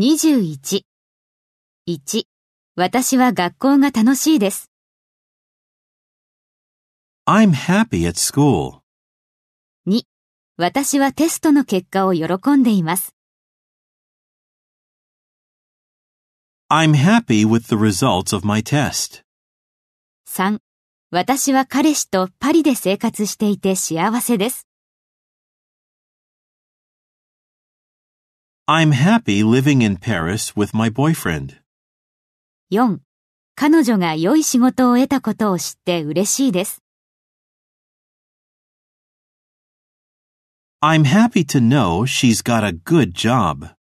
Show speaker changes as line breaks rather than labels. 21。1. 私は学校が楽しいです。
I'm happy at school.
私はテストの結果を喜んでいます。
I'm happy with the results of my test.
3. 私は彼氏とパリで生活していて幸せです。
I'm happy living in Paris with my boyfriend.
4. 彼女が良い仕事を得たことを知って嬉しいです。
I'm happy to know she's got a good job.